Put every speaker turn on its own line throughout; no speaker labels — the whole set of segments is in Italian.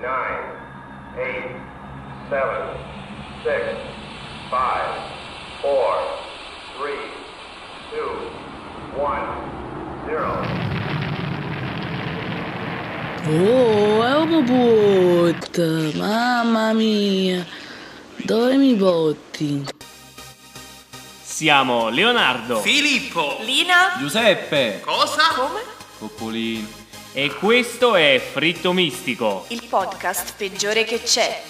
nine, eight, seven, six, five, four, three, two, one, zero.
Oh, Eurobot! Mamma mia! Dove mi botti?
Siamo Leonardo
Filippo!
Lina?
Giuseppe
Cosa?
Come?
Popolino
e questo è Fritto Mistico.
Il podcast peggiore che c'è.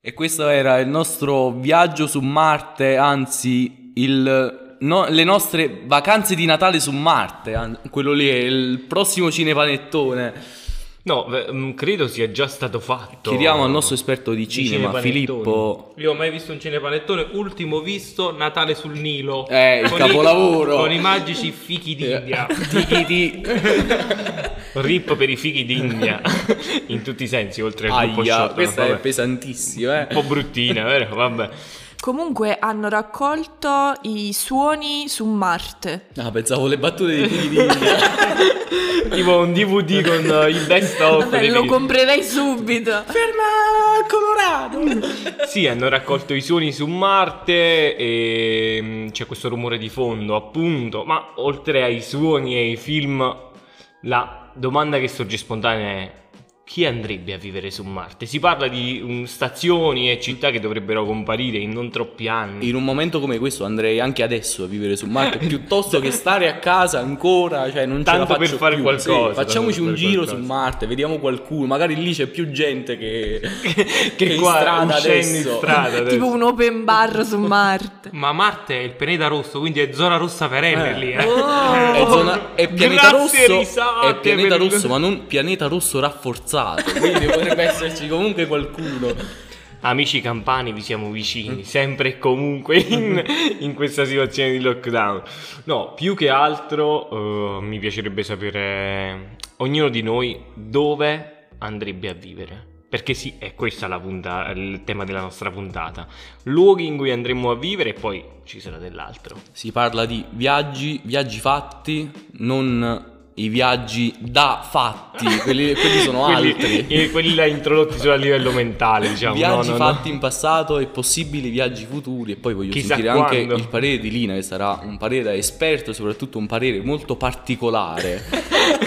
e questo era il nostro viaggio su Marte anzi il no- le nostre vacanze di Natale su Marte an- quello lì è il prossimo cinepanettone
No, beh, mm, credo sia già stato fatto.
chiediamo al nostro esperto di cinema
cinepanettoni.
Filippo
Io ho mai visto un cinepanettone, ultimo visto Natale sul Nilo.
Eh, il
Con
capolavoro.
I, con i magici fichi d'India.
Tichiti.
Rip per i fichi d'India. In tutti i sensi, oltre al gruppo
Aia,
shot.
questa è
vabbè.
pesantissima eh.
Un po' bruttina, vero? Vabbè.
Comunque hanno raccolto i suoni su Marte.
Ah, pensavo le battute dei figli di
Tipo un DVD con eh, il desktop.
Vabbè,
dei
lo
video.
comprerei subito.
Sì, hanno raccolto i suoni su Marte e mm, c'è questo rumore di fondo, appunto. Ma oltre ai suoni e ai film, la domanda che sorge spontanea è: chi andrebbe a vivere su Marte? Si parla di mm, stazioni e città che dovrebbero comparire in non troppi anni.
In un momento come questo andrei anche adesso a vivere su Marte piuttosto che stare a casa ancora, cioè non
Tanto
ce la
per
faccio
fare
più.
qualcosa,
Sì, facciamoci
tanto per fare
un giro su
qualcosa.
Marte, vediamo qualcuno, magari lì c'è più gente che
che,
che in
qua
strada
uscendo
adesso.
in strada adesso.
Tipo un open bar su Marte.
Ma Marte è il pianeta rosso, quindi è zona rossa perenne
Eh.
lì. eh.
è, zona- è pianeta
grazie,
rosso,
risate,
è pianeta
per il-
rosso, ma non pianeta rosso rafforzato, quindi potrebbe esserci comunque qualcuno.
Amici campani, vi siamo
Mm.
vicini, sempre e comunque in, in questa situazione di lockdown. No, più che altro eh, mi piacerebbe sapere ognuno di noi dove andrebbe a vivere. Perché sì, è questo il tema della nostra puntata. Luoghi in cui andremo a vivere e poi ci sarà dell'altro.
Si parla di viaggi, viaggi fatti, non i viaggi da fatti, quelli, quelli sono
quelli,
altri.
eh, quelli là introdotti solo a livello mentale, diciamo.
viaggi
no, no, no.
fatti in passato e possibili viaggi futuri e poi voglio
Chissà
sentire anche
quando.
il parere di Lina che sarà un parere esperto e soprattutto un parere molto particolare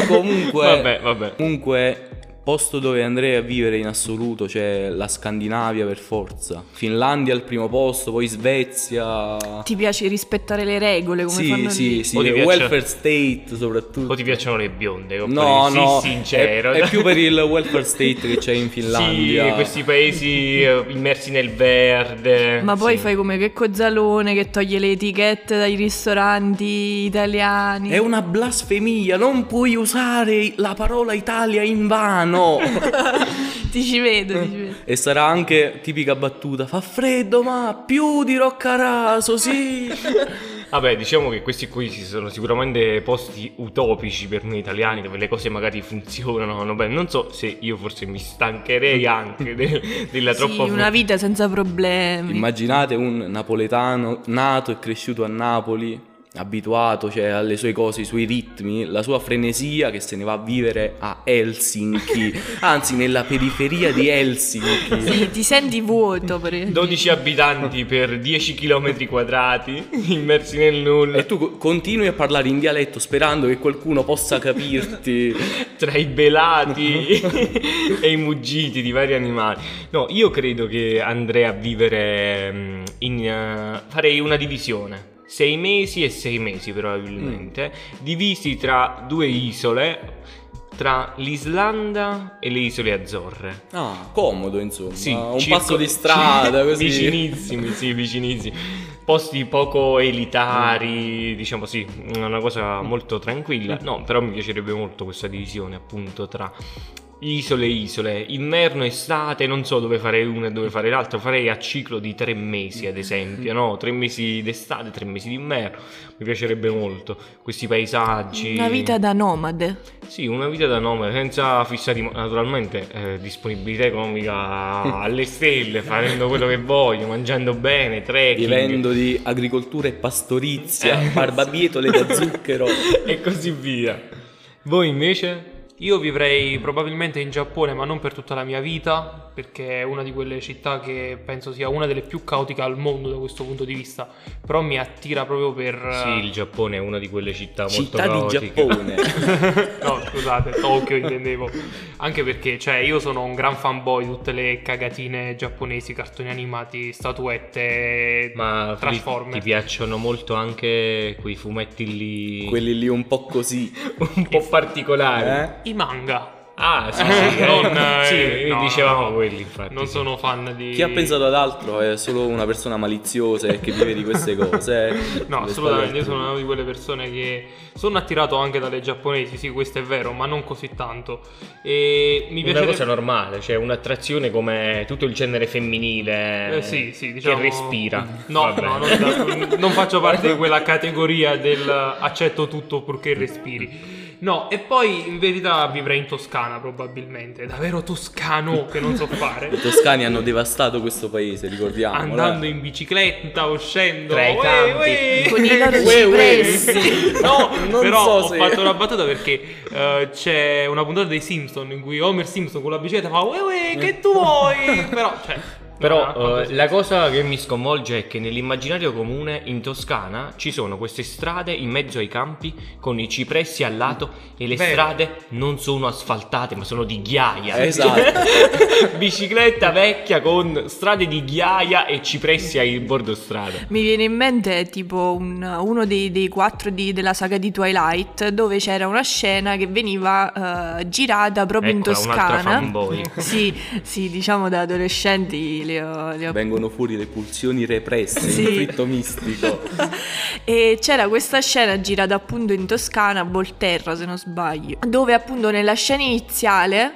comunque
Vabbè, vabbè.
comunque posto dove andrei a vivere in assoluto c'è la Scandinavia per forza Finlandia al primo posto poi Svezia
Ti piace rispettare le regole come
sì
fanno
sì
lì?
sì
O ti piace-
welfare state soprattutto
O ti piacciono le bionde? Oppure
No,
sì,
no,
sincero.
È, è più per il welfare state che c'è in Finlandia.
Sì, eh, questi paesi eh, immersi nel verde.
Ma poi
Sì.
fai come Checco Zalone che toglie le etichette dai ristoranti italiani.
È una blasfemia, non puoi usare la parola Italia in vano.
Ti ci vedo, ti ci vedo.
e sarà anche tipica battuta, fa freddo ma più di Roccaraso, sì.
Vabbè, diciamo che questi qui si sono sicuramente posti utopici per noi italiani, dove le cose magari funzionano. no? Beh, non so se io forse mi stancherei anche de- della
Sì,
troppa
una vita senza problemi.
Immaginate un napoletano nato e cresciuto a Napoli, abituato cioè, alle sue cose, ai suoi ritmi, la sua frenesia che se ne va a vivere a Helsinki, anzi nella periferia di Helsinki.
Sì, ti senti vuoto per esempio.
12 abitanti per 10 km quadrati, immersi nel nulla,
E tu co- continui a parlare in dialetto sperando che qualcuno possa capirti.
tra i belati e i muggiti di vari animali. No, io credo che andrei a vivere mm, in... eh, farei una divisione. Sei mesi e sei mesi probabilmente, divisi tra due isole, tra l'Islanda e le isole Azzorre.
Ah, comodo insomma.
Sì,
un
circo-
passo di strada così.
Vicinissimi, sì, vicinissimi. Posti poco elitari, diciamo sì, una cosa molto tranquilla. No, però mi piacerebbe molto questa divisione appunto tra isole e isole, inverno, estate, non so dove fare uno e dove fare l'altro, farei a ciclo di tre mesi ad esempio, no? Tre mesi d'estate, tre mesi d'inverno, mi piacerebbe molto questi paesaggi.
Una vita da nomade.
Sì, una vita da nome, senza fissati, naturalmente, eh, disponibilità economica alle stelle, facendo quello che voglio, mangiando bene, trekking.
Vivendo di agricoltura e
Eh,
pastorizia, barbabietole da zucchero.
E così via. Voi invece?
Io vivrei probabilmente in Giappone, ma non per tutta la mia vita, perché è una di quelle città che penso sia una delle più caotiche al mondo da questo punto di vista. Però mi attira proprio per.
Sì, il Giappone è una di quelle città molto
Città di
caotiche.
Giappone.
eh, no, scusate, Tokyo intendevo. Anche perché, cioè, io sono un gran fanboy di tutte le cagatine giapponesi, cartoni animati, statuette,
Ma ti, ti
Transformers.
piacciono molto anche quei fumetti lì
Quelli lì un po' così.
un po' particolari.
Eh?
I manga.
Ah, sì, sì, eh,
Non, eh,
sì,
no,
dicevamo
no, no.
quelli, infatti.
Non
sì.
sono fan di.
Chi ha pensato ad altro è solo una persona maliziosa e che vive di queste cose. eh.
No,
Le
assolutamente,
spalle
io sono
altrui.
una di quelle persone che sono attirato anche dalle giapponesi, sì, questo è vero, ma non così tanto. E mi
Una
piacerebbe...
cosa normale, cioè un'attrazione come tutto il genere femminile
Eh, sì, sì, diciamo...
che respira.
No,
Vabbè.
no, non, da- non faccio parte di quella categoria del accetto tutto purché respiri. No, e poi in verità vivrei in Toscana probabilmente, davvero toscano che non so
I
fare.
toscani hanno devastato questo paese, eh. ricordiamo.
Andando in bicicletta, uscendo
Tra i
uè,
campi.
uè.
Con i loro
Uè, uè.
cipressi.
No,
Non
però
so
ho
se-
fatto una battuta perché eh, c'è una puntata dei Simpson in cui Homer Simpson con la bicicletta fa "Uè, uè, che tu vuoi?" Però, cioè, non ha
Però
fatto
eh, la cosa che mi sconvolge è che nell'immaginario comune in Toscana ci sono queste strade in mezzo ai campi con i cipressi al lato e le
Vero.
strade non sono asfaltate ma sono di ghiaia.
Esatto.
Bicicletta vecchia con strade di ghiaia e cipressi ai bordo strada.
Mi viene in mente tipo un- uno dei, dei quattro di- della saga di Twilight dove c'era una scena che veniva eh, girata proprio in
Eccola, un'altra
Toscana.
fanboy.
Sì, sì, diciamo da adolescenti le ho, le ho
Vengono fuori le pulsioni represse,
Sì.
il fritto mistico.
E c'era questa scena girata appunto in Toscana, a Volterra se non sbaglio, dove appunto nella scena iniziale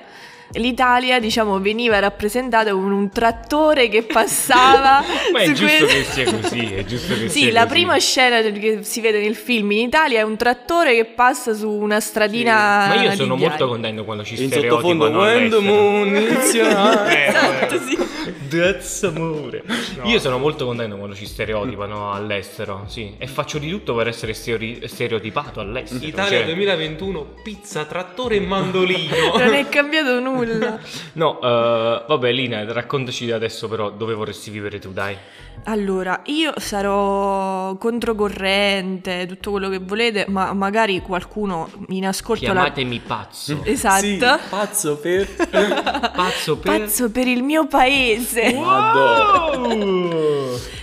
l'Italia diciamo veniva rappresentata con un trattore che passava.
Ma è
su
giusto
quel-
che sia così, è giusto che
Sì,
sia
la
così.
prima scena che si vede nel film in Italia è un trattore che passa su una stradina.
Ma io
di
sono molto
ghiaia.
contento quando ci
In
stereotipano
sottofondo, when the
all'estero.
moon is young.
Esatto, sì.
That's amore. Io sono molto contento quando ci stereotipano all'estero, sì. E faccio di tutto per essere steori- stereotipato all'estero.
Italia
cioè.
2021, pizza, trattore e mandolino.
Non è cambiato nulla.
No, eh, vabbè, Lina, raccontaci da adesso però dove vorresti vivere tu, dai.
Allora, io sarò controcorrente, tutto quello che volete, ma magari qualcuno in ascolto la-
Chiamatemi pazzo.
Esatto.
Sì, pazzo per...
Pazzo per...
Pazzo per il mio paese.
Madonna.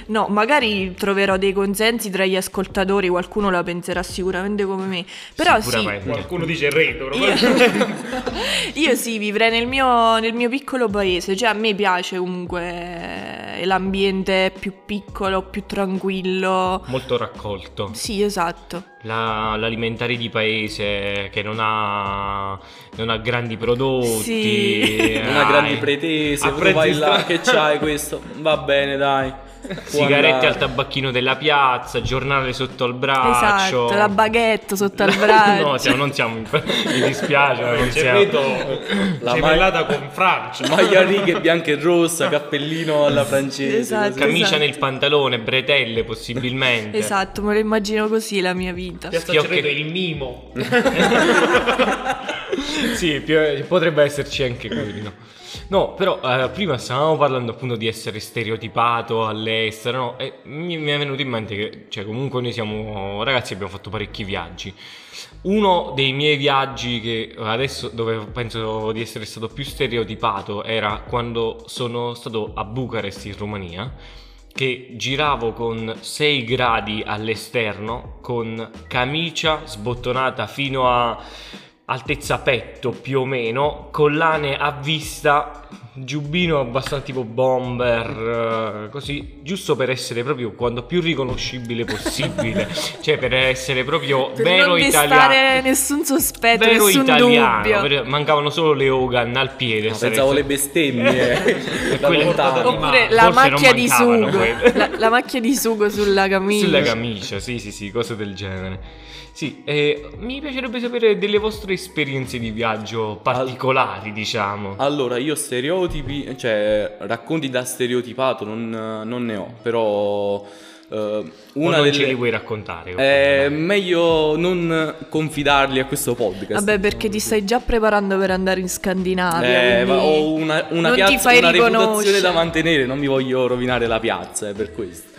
No, magari troverò dei consensi tra gli ascoltatori, qualcuno la penserà sicuramente come me. Però sì,
Sicuramente.
Qualcuno dice retro,
io, io sì, vivrei nel mio, nel mio piccolo paese, cioè a me piace comunque eh, l'ambiente più piccolo, più tranquillo.
Molto raccolto.
Sì, esatto.
La- l'alimentare di paese che non ha, non ha grandi prodotti.
Sì.
Non ha grandi
eh,
pretese,
A
tu
prezzi
vai là,
stra-
che c'hai questo? Va bene, dai. Può
Sigarette
andare.
al tabacchino della piazza, giornale sotto al braccio.
Esatto, la baguette sotto al braccio.
no, siamo- non siamo in... mi dispiace, ma non
C'è
siamo.
vedo
Cioè, La
gemellata con Francia.
Maglia a righe bianca e rossa, cappellino alla francese.
Esatto.
così.
Camicia
Esatto.
nel pantalone, bretelle possibilmente.
Esatto, me lo immagino così la mia vita.
Piazza
Schiocchi.
Cerreto è il mimo.
Sì, più- potrebbe esserci anche quello. No, però eh, prima stavamo parlando appunto di essere stereotipato all'estero, no? E mi, mi è venuto in mente che, cioè, comunque noi siamo ragazzi, abbiamo fatto parecchi viaggi. Uno dei miei viaggi che adesso dove penso di essere stato più stereotipato era quando sono stato a Bucarest in Romania che giravo con 6 gradi all'esterno con camicia sbottonata fino a altezza petto più o meno, collane a vista, giubbino abbastanza tipo bomber, eh, così, giusto per essere proprio quanto più riconoscibile possibile, cioè per essere proprio
Per
vero
non
italiano.
destare nessun sospetto,
Vero
nessun
italiano,
dubbio.
per- mancavano solo le Hogan al piede.
No,
sarei
pensavo le
stato-
bestemmie. eh. da
Quelle-
lontano.
Oh,
Oppure
Ma
la
forse non
macchia di
mancavano
sugo.
quelle.
La, la macchia di sugo sulla camicia.
Sulla camicia, sì, sì, sì, cose del genere. Sì, eh, mi piacerebbe sapere delle vostre esperienze di viaggio particolari, diciamo.
Allora, io stereotipi, cioè racconti da stereotipato non, non ne ho, però eh,
Una
una
non
delle... Ehm.
ce li vuoi raccontare?
È meglio non confidarli a questo podcast.
Vabbè, perché ti stai già preparando per andare in Scandinavia.
Eh,
quindi
ma ho una, una
non ti
piazza,
fai
una reputazione
riconoscere.
da mantenere, non mi voglio rovinare la piazza, è per questo.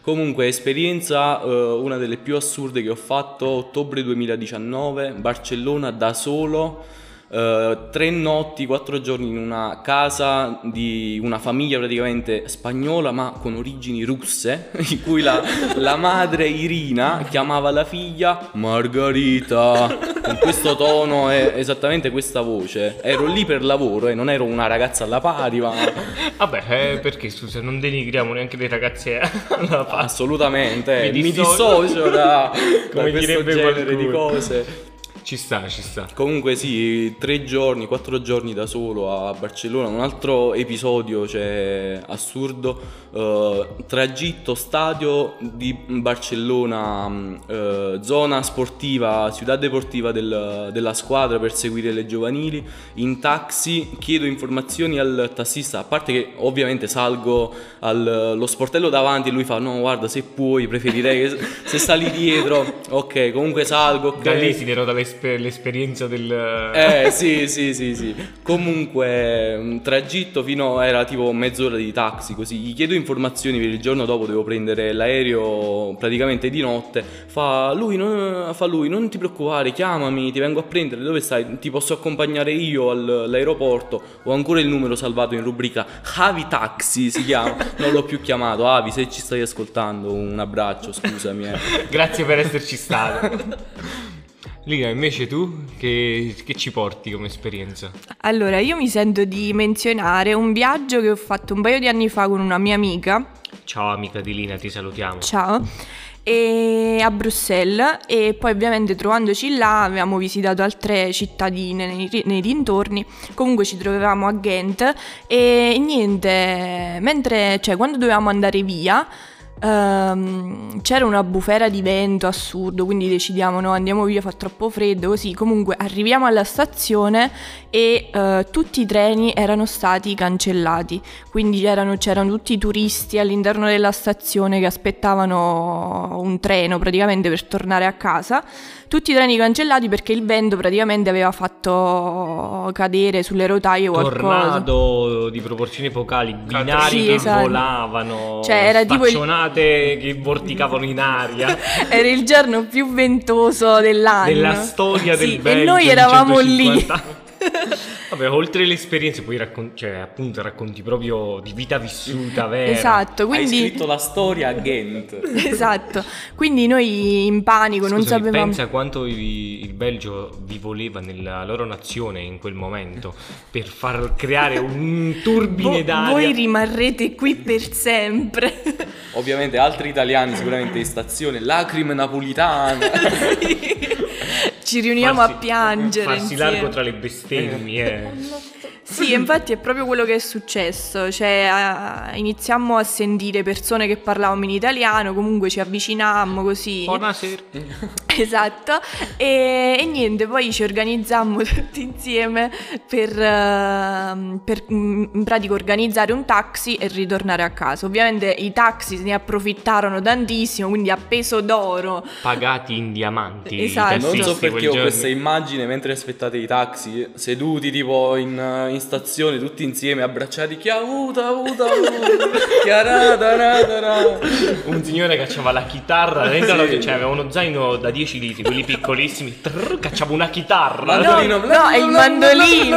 Comunque, esperienza, eh, una delle più assurde che ho fatto, ottobre 2019, Barcellona da solo, eh, tre notti, quattro giorni in una casa di una famiglia praticamente spagnola ma con origini russe, in cui la, la madre Irina chiamava la figlia Margarita, con questo tono e esattamente questa voce. Ero lì per lavoro e non ero una ragazza alla pari, ma...
Vabbè, eh, perché scusa, non denigriamo neanche le ragazze eh. alla pari.
Assolutamente,
Mi
mi
dissocio.
dissocio da,
Come
da questo
direbbe
genere di
qualcuno.
cose.
Ci sta, ci sta.
Comunque sì, tre giorni, quattro giorni da solo a Barcellona, un altro episodio cioè, assurdo, eh, tragitto stadio di Barcellona, mh, eh, zona sportiva, ciudad deportiva del- della squadra per seguire le giovanili, in taxi chiedo informazioni al tassista, a parte che ovviamente salgo allo sportello davanti e lui fa no guarda se puoi preferirei che se sali dietro, ok comunque salgo, ok.
Da lì ti dirò dall'esper- l'esperienza del...
Eh sì, sì, sì, sì. Comunque, un tragitto fino era tipo mezz'ora di taxi, così. Gli chiedo informazioni per il giorno dopo, devo prendere l'aereo praticamente di notte. Fa lui, non, fa lui, non ti preoccupare, chiamami, ti vengo a prendere, dove stai? Ti posso accompagnare io al- all'aeroporto. Ho ancora il numero salvato in rubrica Avi Taxi, si chiama. Non l'ho più chiamato, Avi, se ci stai ascoltando, un abbraccio, scusami. eh.
Grazie per esserci stato. Lina, invece tu che, che ci porti come esperienza?
Allora, io mi sento di menzionare un viaggio che ho fatto un paio di anni fa con una mia amica.
Ciao amica di Lina, ti salutiamo.
Ciao. E a Bruxelles e poi ovviamente trovandoci là avevamo visitato altre cittadine nei, ri- nei dintorni comunque ci trovavamo a Ghent e niente mentre cioè quando dovevamo andare via ehm, c'era una bufera di vento assurdo quindi decidiamo no andiamo via fa troppo freddo così comunque arriviamo alla stazione e eh, tutti i treni erano stati cancellati quindi erano- c'erano tutti i turisti all'interno della stazione che aspettavano un treno praticamente per tornare a casa, tutti i treni cancellati perché il vento praticamente aveva fatto cadere sulle rotaie qualcosa.
Tornado di proporzioni epocali, binari
Sì,
che
esatto.
volavano,
Cioè, era tipo il-
spaccionate che vorticavano in aria.
Era il giorno più ventoso dell'anno.
Della storia del
Sì,
Belgio
E noi
in
eravamo lì.
150 Vabbè, oltre le esperienze, poi raccon- cioè, appunto, racconti proprio di vita vissuta, vera.
Esatto,
Hai
quindi
scritto la storia a Ghent.
esatto. Quindi noi in panico non
Scusami,
sapevamo
Pensa quanto i- il Belgio vi voleva nella loro nazione in quel momento per far creare un turbine
Vo-
d'aria.
voi rimarrete qui per sempre.
Ovviamente altri italiani sicuramente in stazione, lacrime napolitane.
Ci riuniamo
Farsi-
a piangere.
Farsi
insieme.
largo tra le bestemmie.
Sì, infatti è proprio quello che è successo. Cioè, a- iniziammo a sentire persone che parlavano in italiano, comunque ci avvicinammo così.
Buonasera.
Esatto. E, e niente, poi ci organizzammo tutti insieme per, ehm, per, mm, in pratica organizzare un taxi e ritornare a casa. Ovviamente i taxi ne approfittarono tantissimo, quindi a peso d'oro.
Pagati in diamanti. i
Esatto.
tassisti
Non so
quel
perché ho
giorno.
questa immagine mentre aspettate i taxi, seduti tipo in, in stazione, tutti insieme, abbracciati. Chi ha avuto, ha avuto, ha avuto. Chi ha ra, da ra, da ra.
Un signore cacciava la chitarra dentro
Sì.
la- cioè, aveva uno zaino da 10 litri, quelli piccolissimi. trrr, cacciava una chitarra.
Mandolino,
no, è il mandolino.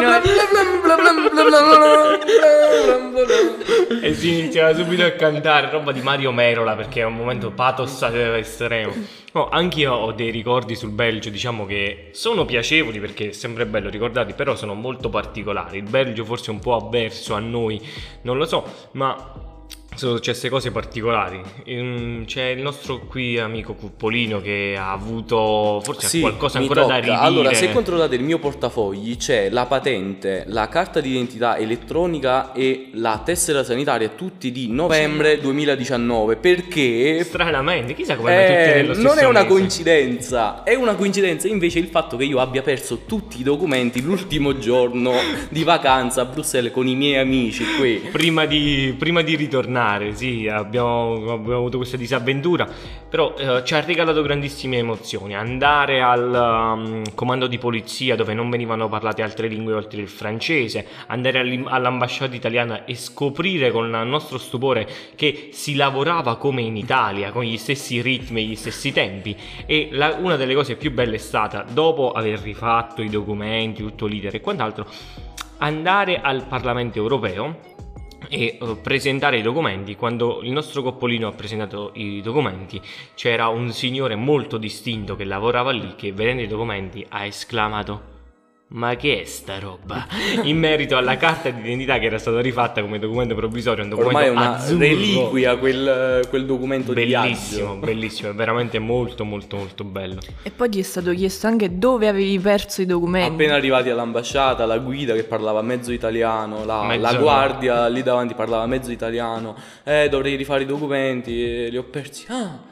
E si iniziava subito a cantare, roba di Mario Merola, perché è un momento pathos eh, estremo. No, anche io ho dei ricordi sul Belgio, diciamo che sono piacevoli perché è sempre bello ricordarli, però sono molto particolari. Il Belgio forse è un po' avverso a noi, non lo so, ma sono successe cose particolari. Ehm, C'è il nostro qui amico Cuppolino che ha avuto forse ha
Sì,
Cioè, qualcosa
mi
ancora da
tocca.
ridire.
Allora, se controllate il mio portafogli c'è la patente, la carta d'identità elettronica e la tessera sanitaria, tutti di novembre 2019. Perché
Stranamente, chissà come
Eh,
mai tutti nello stesso
non è una
mese.
coincidenza, è una coincidenza invece il fatto che io abbia perso tutti i documenti l'ultimo giorno di vacanza a Bruxelles con i miei amici qui.
Prima di, prima di tornare, sì, abbiamo, abbiamo avuto questa disavventura, però eh, ci ha regalato grandissime emozioni. Andare al um, comando di polizia dove non venivano parlate altre lingue oltre il francese, andare all'im- all'ambasciata italiana e scoprire con il nostro stupore che si lavorava come in Italia, con gli stessi ritmi, gli stessi tempi. E la- una delle cose più belle è stata, dopo aver rifatto i documenti, tutto l'iter e quant'altro, andare al Parlamento europeo e eh, presentare i documenti. Quando il nostro coppolino ha presentato i documenti, c'era un signore molto distinto che lavorava lì che vedendo i documenti ha esclamato ma che è sta roba? In merito alla carta d'identità che era stata rifatta come documento provvisorio, un documento
Ormai è una
azzurro.
reliquia quel, quel documento
Bellissimo,
di viaggio.
bellissimo, è veramente molto molto molto bello.
E poi gli è stato chiesto anche dove avevi perso i documenti.
Appena arrivati all'ambasciata, la guida che parlava mezzo italiano, la,
Mezzo
la
no.
guardia lì davanti parlava mezzo italiano, eh dovrei rifare i documenti, eh, li ho persi. Ah,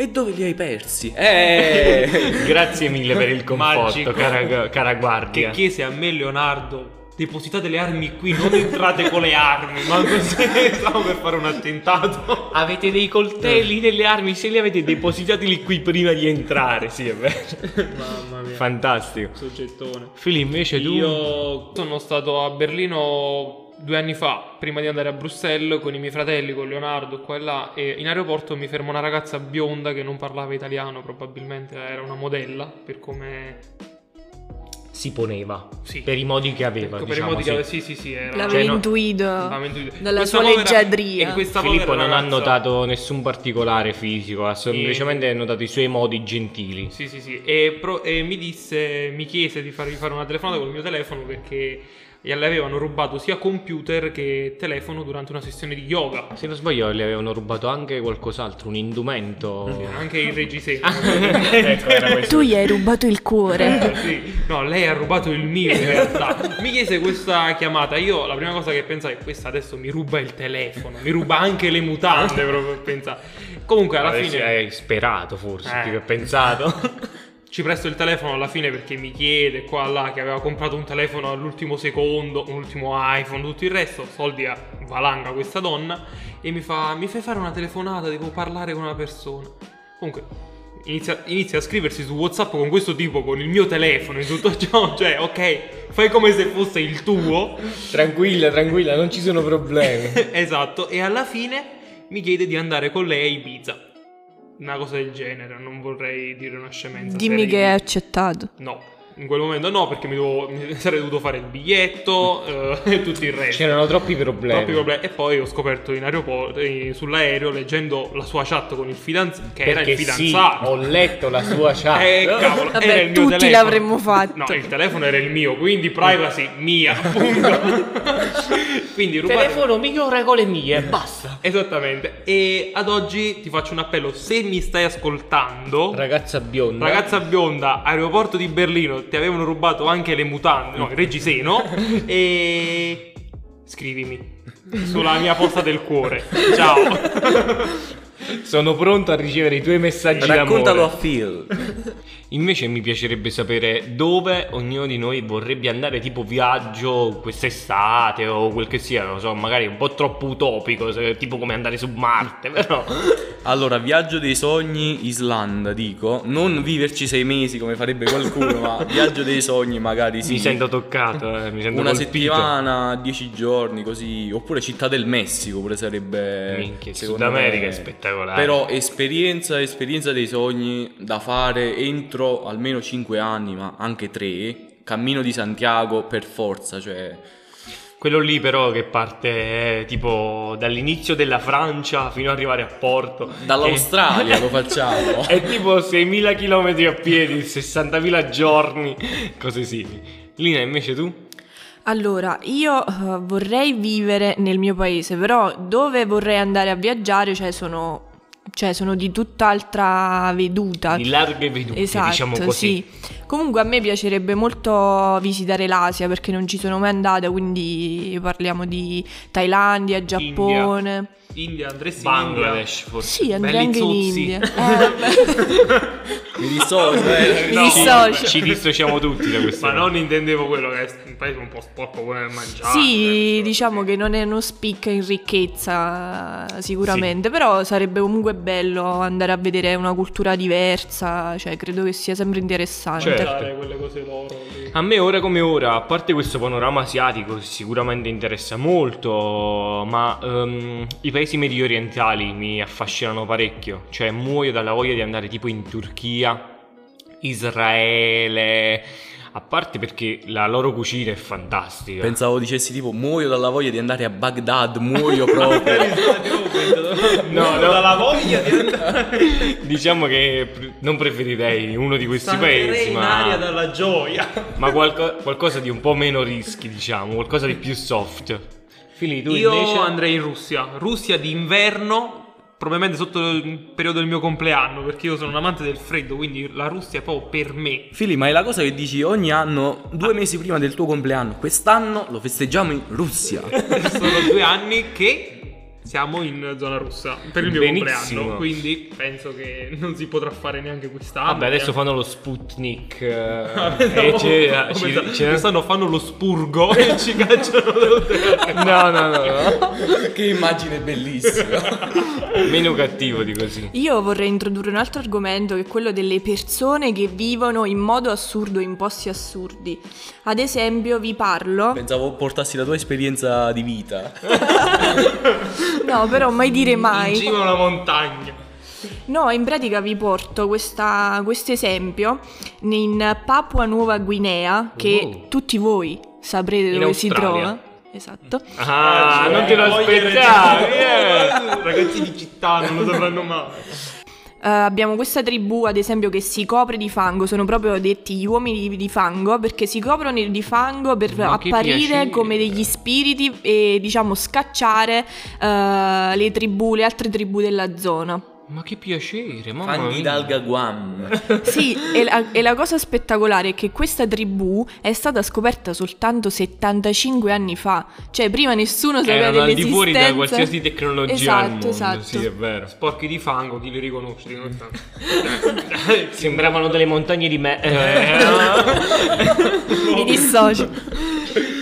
e dove li hai persi? Eh!
Grazie mille per il
Magico.
conforto, cara, cara guardia.
Che chiese a me Leonardo Depositate le armi qui, non entrate con le armi Ma così stavo per fare un attentato
Avete dei coltelli, delle armi, se li avete depositati lì qui prima di entrare, sì è vero.
Mamma mia
Fantastico.
Soggettone
Filippo invece Cioè, tu...
Io sono stato a Berlino due anni fa, prima di andare a Bruxelles, con i miei fratelli, con Leonardo, qua e là, e in aeroporto mi ferma una ragazza bionda che non parlava italiano, probabilmente era una modella, per come...
si poneva
Sì. Ecco,
per i modi che aveva,
per i
diciamo,
modi che
sì.
aveva- Sì, sì, sì, era...
L'avevi
Cioè, no-
intuito
veramente-
dalla
Questa
sua
povera-
leggiadria.
e questa
Filippo
povera
non ha
ragazza-
notato nessun particolare fisico, ha semplicemente notato i suoi modi gentili.
Sì, sì, sì. E, pro- e mi disse, mi chiese di fargli fare una telefonata col mio telefono perché le avevano rubato sia computer che telefono durante una sessione di yoga.
Se non sbaglio, le avevano rubato anche qualcos'altro, un indumento.
Anche il reggiseno.
Ah, ecco, era questo.
Tu gli hai rubato il cuore.
Sì. No, lei ha rubato il mio in realtà. Mi chiese questa chiamata. Io la prima cosa che pensai è questa adesso mi ruba il telefono, mi ruba anche le mutande. Proprio per pensare. Comunque, alla
Adesso
fine
hai sperato forse,
Eh.
più che pensato.
ci presto il telefono alla fine perché mi chiede qua là che aveva comprato un telefono all'ultimo secondo, un ultimo iPhone, tutto il resto, soldi a valanga questa donna e mi fa mi fai fare una telefonata, devo parlare con una persona. Comunque inizia, inizia a scriversi su WhatsApp con questo tipo con il mio telefono e tutto ciò, cioè ok, fai come se fosse il tuo.
tranquilla, tranquilla, non ci sono problemi.
esatto, e alla fine mi chiede di andare con lei a Ibiza. Una cosa del genere, non vorrei dire una scemenza.
Dimmi
per
che hai
Ibiza.
accettato.
No, in quel momento no, perché mi, dovevo- mi sarei dovuto fare il biglietto eh, e tutto il resto.
C'erano troppi problemi.
Troppi problemi. E poi ho scoperto in aeroporto, eh, sull'aereo, leggendo la sua chat con il fidanzato, che era
Perché
il
sì,
fidanzato.
ho letto la sua chat.
Eh, cavolo,
Vabbè,
era il mio
tutti
telefono.
l'avremmo fatto.
No, il telefono era il mio, quindi privacy
Mm.
mia, appunto. quindi rubare... Eh.
migliore con le mie, basta.
Esattamente. E ad oggi ti faccio un appello, se mi stai ascoltando...
Ragazza bionda.
Ragazza bionda, aeroporto di Berlino, ti avevano rubato anche le mutande, no, il reggiseno. e scrivimi sulla mia posta del cuore. Ciao.
sono pronto a ricevere i tuoi messaggi
Raccontalo a
d'amore.
Phil.
Invece mi piacerebbe sapere dove ognuno di noi vorrebbe andare tipo viaggio quest'estate o quel che sia, non lo so, magari un po' troppo utopico, se- tipo come andare su Marte, però
Allora, viaggio dei sogni, Islanda, dico. Non viverci sei mesi come farebbe qualcuno, ma viaggio dei sogni magari sì.
mi sento toccato, eh, mi sento
Una
colpito.
settimana, dieci giorni, così. Oppure Città del Messico pure sarebbe...
Minchia,
secondo
Sud America
me.
è spettacolare.
Però esperienza, esperienza dei sogni da fare entro almeno cinque anni, ma anche tre. Cammino di Santiago per forza, cioè...
Quello lì però che parte eh, tipo dall'inizio della Francia fino ad arrivare a Porto.
Dall'Australia
Che-
lo facciamo.
È tipo 6.000 km a piedi, 60.000 giorni, cose simili. Lina invece tu?
Allora, io eh, vorrei vivere nel mio paese, però dove vorrei andare a viaggiare, cioè sono cioè sono di tutt'altra veduta.
Di larghe vedute,
Esatto,
diciamo così.
sì. Comunque a me piacerebbe molto visitare l'Asia perché non ci sono mai andata, quindi parliamo di Thailandia, Giappone.
India, andresti in India.
Bangladesh, forse.
Sì, andrei
Belli
anche in
zozzi.
India. Eh, vabbè.
Mi dissocio, eh.
Mi dissocio.
Ci dissociamo tutti da questa
Ma non intendevo quello che è un paese un po' sporco, quello che mangiare.
sì,
eh,
diciamo
così.
che non è uno spicca in ricchezza sicuramente, però sarebbe comunque bello andare a vedere una cultura diversa, cioè credo che sia sempre
Certo.
interessante.
Fare quelle cose loro. lì.
A me ora come ora, a parte questo panorama asiatico che sicuramente interessa molto, ma ehm, i paesi medio orientali mi affascinano parecchio, cioè muoio dalla voglia di andare tipo in Turchia, Israele, a parte perché la loro cucina è fantastica.
Pensavo dicessi tipo muoio dalla voglia di andare a Baghdad, muoio proprio.
No, no.
dalla voglia di andare
diciamo che pre- non preferirei uno di questi
salterei
paesi,
in
ma...
aria dalla gioia.
ma qualco- qualcosa di un po' meno rischi, diciamo, qualcosa di più soft. Fili, tu
Io
invece...
andrei in Russia. Russia d'inverno, probabilmente sotto il periodo del mio compleanno, perché io sono un amante del freddo, quindi la Russia è proprio per me.
Fili, ma è la cosa che dici ogni anno, due mesi prima del tuo compleanno. Quest'anno lo festeggiamo in Russia.
Sono due anni che siamo in zona russa per il mio
Benissimo.
compleanno, quindi penso che non si potrà fare neanche quest'anno.
Vabbè, adesso
neanche-
fanno lo Sputnik. eh,
Pensavo-
e c'è, ah,
pensavo-
ci- ce ne
quest'anno fanno lo spurgo e ci cacciano tutte.
No, no, no, no.
che immagine bellissima.
Meno cattivo di così.
Io vorrei introdurre un altro argomento che è quello delle persone che vivono in modo assurdo in posti assurdi. Ad esempio, vi parlo.
Pensavo portassi la tua esperienza di vita.
No, però mai dire
In
mai.
cima a una montagna.
No, in pratica vi porto questa- questo esempio in Papua Nuova Guinea, che
Wow.
tutti voi saprete dove si
Oh. Australia.
trova. Esatto.
Ah,
Cioè,
non te lo
cogliere-
aspettavi. eh.
Ragazzi di città non lo sapranno mai.
Eh, abbiamo questa tribù, ad esempio, che si copre di fango, sono proprio detti gli uomini di, di fango, perché si coprono di fango per
Ma che piacere.
apparire come degli spiriti e diciamo scacciare eh, le tribù, le altre tribù della zona.
Ma che piacere, mamma
Fanny
mia.
Dalga Guam.
Sì, e la, e la cosa spettacolare è che questa tribù è stata scoperta soltanto 75 anni fa, cioè prima nessuno sapeva
Erano al di
dell'esistenza.
fuori da qualsiasi tecnologia al
Esatto,
mondo.
esatto.
Sì, è vero.
Porchi di fango, chi li riconosce? Dicono tanto.
Sembravano delle montagne di me. eh,
Mi dissocio.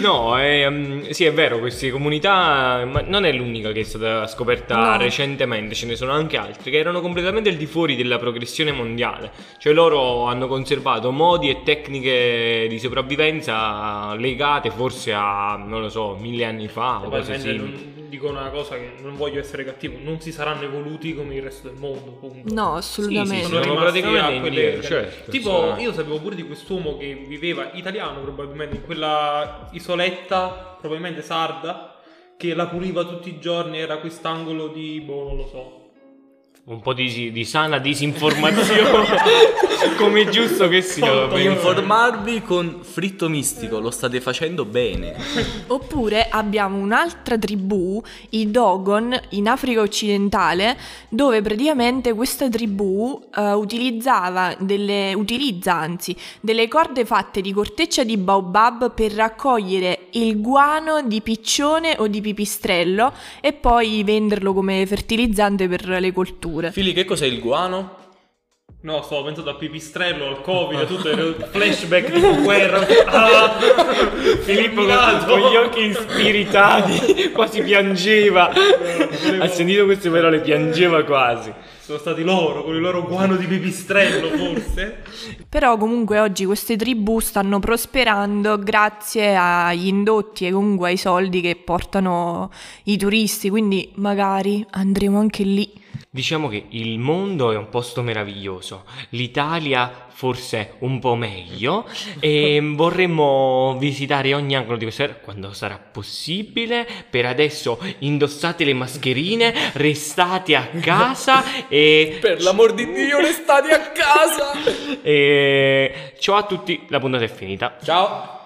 No, ehm, sì, è vero, queste comunità, ma non è l'unica che è stata scoperta
No.
recentemente, ce ne sono anche altre che erano completamente al di fuori della progressione mondiale. Cioè loro hanno conservato modi e tecniche di sopravvivenza legate forse a, non lo so, mille anni fa o cose
Probabilmente
simili.
non- dico una cosa che non voglio essere cattivo, non si saranno evoluti come il resto del mondo, punto.
No,
Sì,
assolutamente.
sono
rimasti
praticamente
a quelle- cioè,
indietro, certo,
tipo,
sì.
io sapevo pure di quest'uomo che viveva italiano, probabilmente in quella isoletta, probabilmente sarda, che la puliva tutti i giorni. Era quest'angolo di boh, non lo so.
Un po' di, di sana disinformazione, come è giusto che sia. va
Per
bene.
informarvi con Fritto Mistico, lo state facendo bene.
Oppure abbiamo un'altra tribù, i Dogon, in Africa occidentale, dove praticamente questa tribù eh, utilizzava delle, utilizza anzi delle corde fatte di corteccia di baobab per raccogliere il guano di piccione o di pipistrello e poi venderlo come fertilizzante per le colture.
Fili, che cos'è il guano?
No, stavo pensando a pipistrello, al covid, a
Ah.
tutto il flashback di guerra. Ah,
Filippo con,
fulminato.
con gli occhi spiritati, quasi piangeva. Ha sentito queste parole, piangeva quasi.
Sono stati loro, con il loro guano di pipistrello, forse.
Però comunque oggi queste tribù stanno prosperando grazie agli indotti e comunque ai soldi che portano i turisti, quindi magari andremo anche lì.
Diciamo che il mondo è un posto meraviglioso, l'Italia forse un po' meglio e vorremmo visitare ogni angolo di questa terra quando sarà possibile. Per adesso indossate le mascherine, restate a casa e
Per l'amor di Dio, restate a casa!
e ciao a tutti, la puntata è finita.
Ciao!